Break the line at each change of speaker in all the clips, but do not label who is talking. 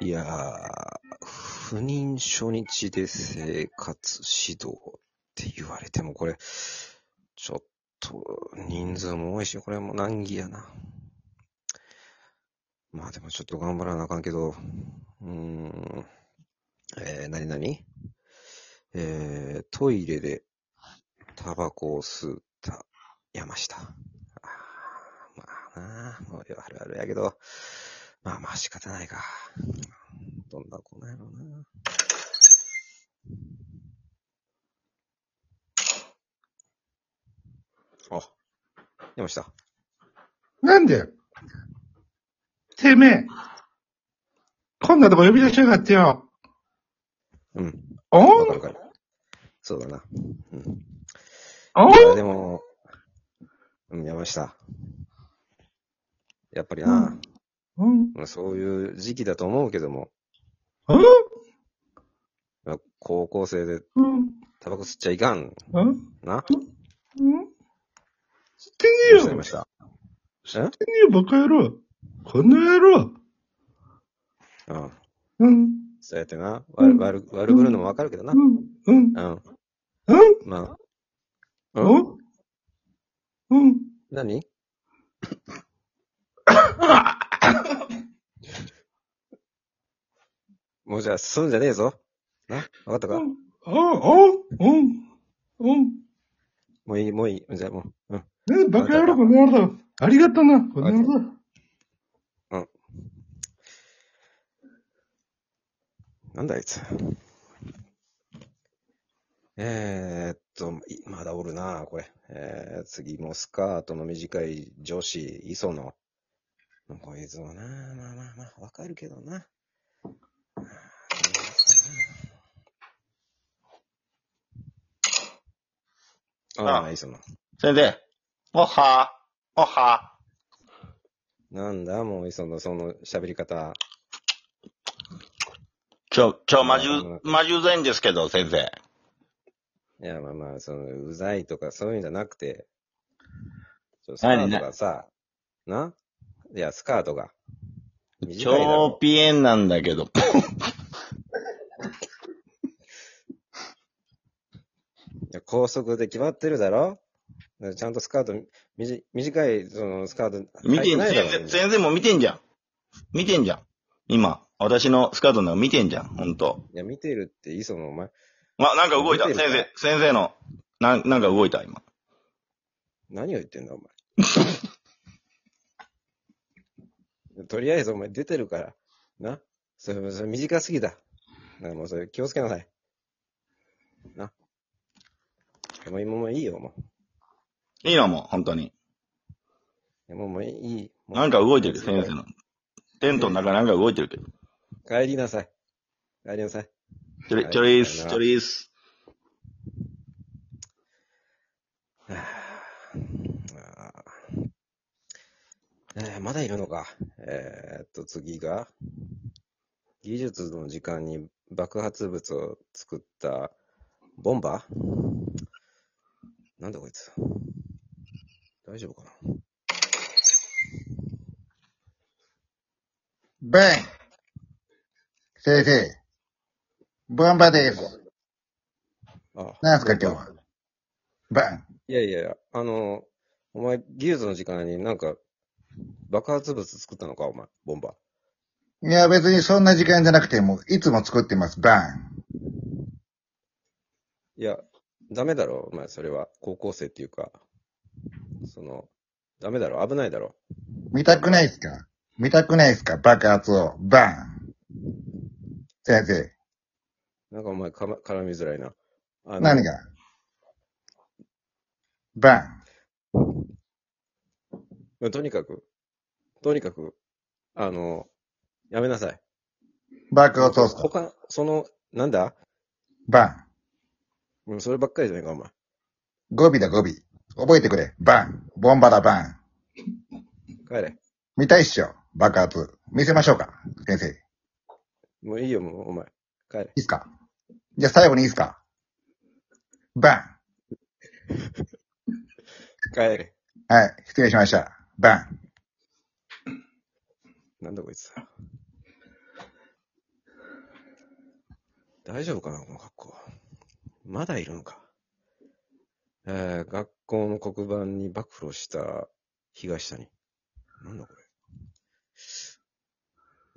いやー、不妊初日で生活指導って言われても、これ、ちょっと人数も多いし、これも難儀やな。まあでもちょっと頑張らなあかんけど、うーん、えー、なになにえー、トイレでタバコを吸った山下。あーまあなあ、もうあるあるやけど、まあまあ仕方ないか。どんな子なんやろうな。あ、山下。
なんでてめえ。こんなとこ呼び出しやがってよ。
うん。
お
わ
ん
かるわかる。そうだな。うん。
お
いや、
ん
でも、うん、山下。やっぱり
う
な、
んうん
まあそういう時期だと思うけども、
うん
まあ高校生で
うん
タバコ吸っちゃいかん
うんうん
な。
知って
どうして
ねえよ
ま。した。
知ってねえよ、バカ野郎。この野郎。
うん。
うん。
そうやってな、悪、悪、悪ぶるのもわかるけどな
う。ん。うん。
うん。
うん。
まあ。
うん。うん。
何 もうじゃあ、すんじゃねえぞ。な、わかったか、
うん。おん。うん。うん。
もういい、もういい。じゃあもう、うん。
ねえ、バカ野郎、この野郎。ありがとな、この野郎。
なんだあいつ。えー、っと、いまだおるな、これ。えー、次もスカートの短い女子、磯野。こいつもな、まあまあまあ、わかるけどな。ああ、磯野。
先生、おはおは
なんだもう、磯野、その喋り方。
ちょ、ちょ、まじゅ、まじゅうざいんですけど、先生。
いや、まあまあ、その、うざいとかそういうんじゃなくて、ちょスカ
何
ートがさ、な、いや、スカートが。短いだ
超
ろ。
ピエンなんだけど。
いや高速で決まってるだろだからちゃんとスカート、みじ短い、その、スカート、
見てん、
ないだ
先
ろ。
生、先生も見てんじゃん。見てんじゃん。今、私のスカートの中見てんじゃん、ほんと。
いや、見てるって、磯野、お前。
あ、なんか動いた。
見
先
てる
生、先生の、なん、なんか動いた、今。
何を言ってんだ、お前。 とりあえず、お前出てるから。な。それ、それ短すぎだ。だからもう、それ気をつけなさい。な。もう今もういいよ、も
いいのもう、ほんとに。
う。もうもういい。もう
なんか動いてる、先生の。テントの中なんか動いてるけど。
帰りなさい。帰りなさい。
ちょり、ちょりーす、ちょりーす。
はあああえーまだいるのか。えーっと、次が、技術の時間に爆発物を作ったボンバーなんだこいつ。大丈夫かな
バン先生、ボンバです。
あ
何すか今日は。バン。
いやいやいや、あの、お前、技術の時間になんか、爆発物作ったのか、お前、ボンバー。
いや別にそんな時間じゃなくても、いつも作ってます、バン。
いや、ダメだろ、お前、それは。高校生っていうか、その、ダメだろ、危ないだろ。
見たくないっすか見たくないっすか爆発を。バン。先生、
なんかお前か、ま、絡みづらいな。あの
何がバン。
まあとにかく、とにかく、あの、やめなさい。
爆発をすと。
他、その、なんだ
バン。
うんそればっかりじゃないか、お前。
語尾だ、語尾。覚えてくれ。バン。ボンバだ、バン。
帰れ。
見たいっしょ爆発。見せましょうか先生。い
もういいよ、もう、お前。帰れ。
いっすかじゃあ最後にいいっすかバン。
帰れ。
はい、失礼しました。バン。
なんだこいつ。大丈夫かな、この格好。まだいるのか。えー、学校の黒板に暴露した東谷。なんだこれ。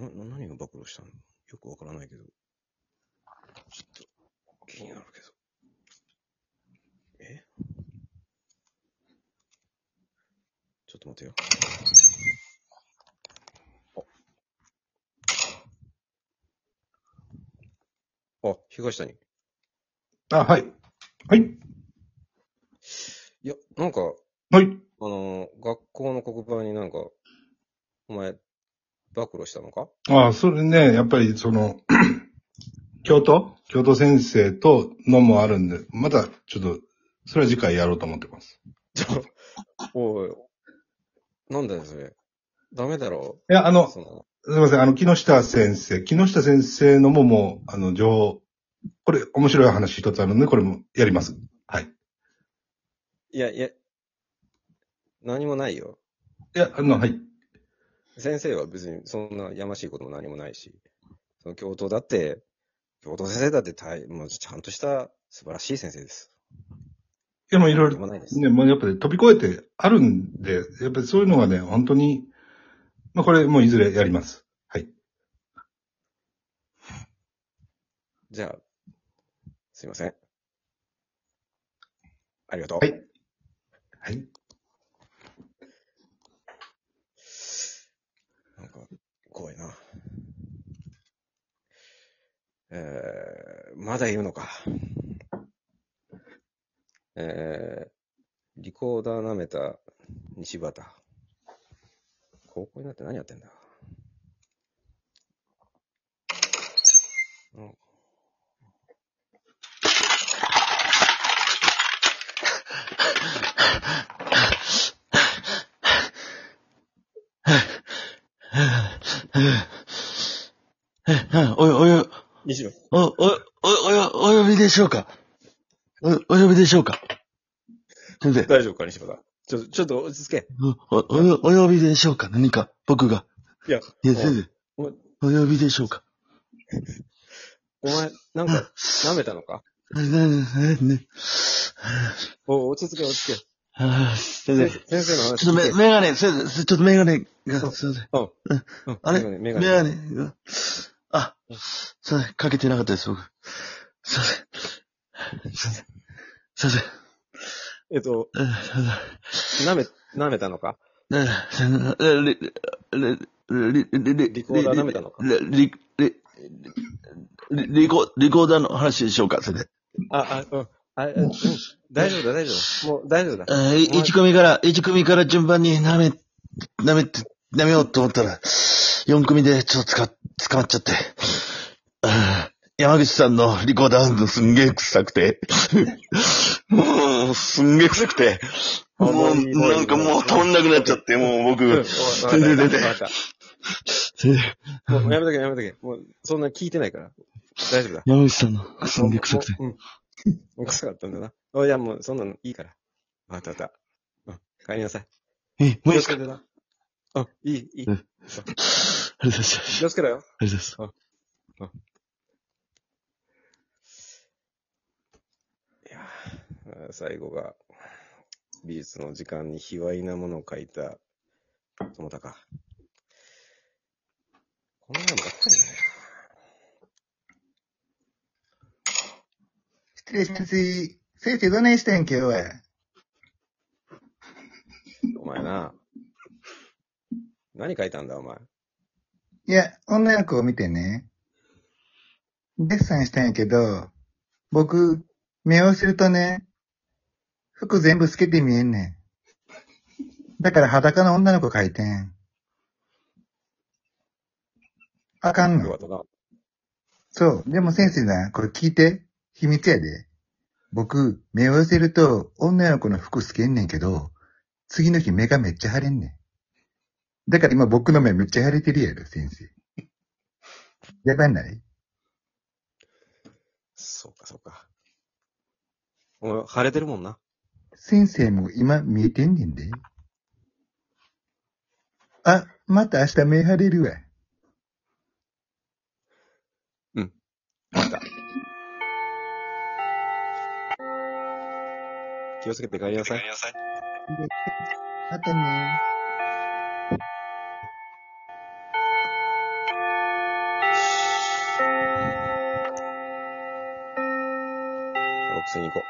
な、な、何が暴露したのよくわからないけど。ちょっと、気になるけど。えちょっと待てよ。あ、あ東谷。
あ、はい。はい。
いや、なんか、
はい。
あのー学校の黒板になんか、お前、暴露したのか
ああ、それね、やっぱりその、 教頭教頭先生とのもあるんで、またちょっと、それは次回やろうと思ってます。
ちょ、おい、なんだよ、それ。ダメだろ
いや、あの、す
その、
みません、あの、木下先生、木下先生のももう、あの、情報、これ、面白い話一つあるので、これもやります。はい。
いやいや、何もないよ。
いや、あの、はい。
先生は別にそんなやましいことも何もないし、その教頭だって、教頭先生だって大、もうちゃんとした素晴らしい先生です。
でもいろい
何
ろ
もないです。
ね、もうやっぱり飛び越えてあるんで、やっぱりそういうのがね、本当に、まあこれもういずれやります。はい。
じゃあ、すいません。ありがとう。
はいはい。
なんか、怖いな。えー、まだいるのか。えー、リコーダー舐めた西畑。高校になって何やってんだうん
およ、およ、
西畑。
お、お、お、およ、お呼びでしょうかお、お呼びでしょうか先生、
大丈夫か、西畑。ちょ、ちょっと落ち着け。
お、お、お呼びでしょうか何か、僕が。
いや、
いや、先
お
生、お呼びでしょうか
お前、なん か、舐めたのか
え、ね、ね、ね。
お落ち着け、落ち着
あー先
け。
生
先、先生の話
ちょっと
聞
メ
け。
メガネ、先生、ちょっとメガネが、すいません。
うん
あれ
メガネ、メ
メガ
ガネ。
ネが、あ、すいません、かけてなかったです、僕。すいません。すいません。すいません。
えっと、
うんすいません
舐め、舐めたのか
リコーダー舐めたのかリコーダーの話でしょうかそれで。
あ、あ、うん。あ、うん。大丈夫だ、大丈夫だ。もう大丈夫だ。
1組から、一組から順番に舐め、舐めて、舐めようと思ったら、4組でちょっとつか、捕まっちゃって。山口さんのリコーダーすんげえ臭くて。もう、すんげえ臭くて。もう、なんかもう飛んなくなっちゃって、もう
うん。わ
僕。
かった
出て出て
わかったもうやめとけ、やめとけ。もう、そんな聞いてないから。大丈夫だ。
山口さんのすんげえ臭くて。
もう。もううん。もう臭かったんだな。おいや、もう、そんなのいいから。わかったわかった。うん。帰りなさい。
え、もういいです
気をつ
か
けてな。うん、いい、いい。
うんありがとうございます。
気をつけろよ。
ありがとうございます。
いやー最後が、美術の時間に卑猥なものを書いた、友高。こんなのばっかりだね。
失礼します。先生どないしてん今日は。
お前な。何書いたんだ、お前。
いや、女の子を見てね。デッサンしたんやけど、僕、目をするとね、服全部透けて見えんねん。だから裸の女の子描いてん。あかん
よか
の
っ。たな。
そう。でも先生な、これ聞いて。秘密やで。僕、目を寄せると、女の子の服透けんねんけど、次の日目がめっちゃ腫れんねん。だから今僕の目めっちゃ腫れてるやろ、先生。やばない
そうか、そうか。お前、腫れてるもんな。
先生も今見えてんねんで。あ、また明日目腫れるわ。
また。気をつけて帰りなさい。
さい。
またね。
タバコ吸いに行こう。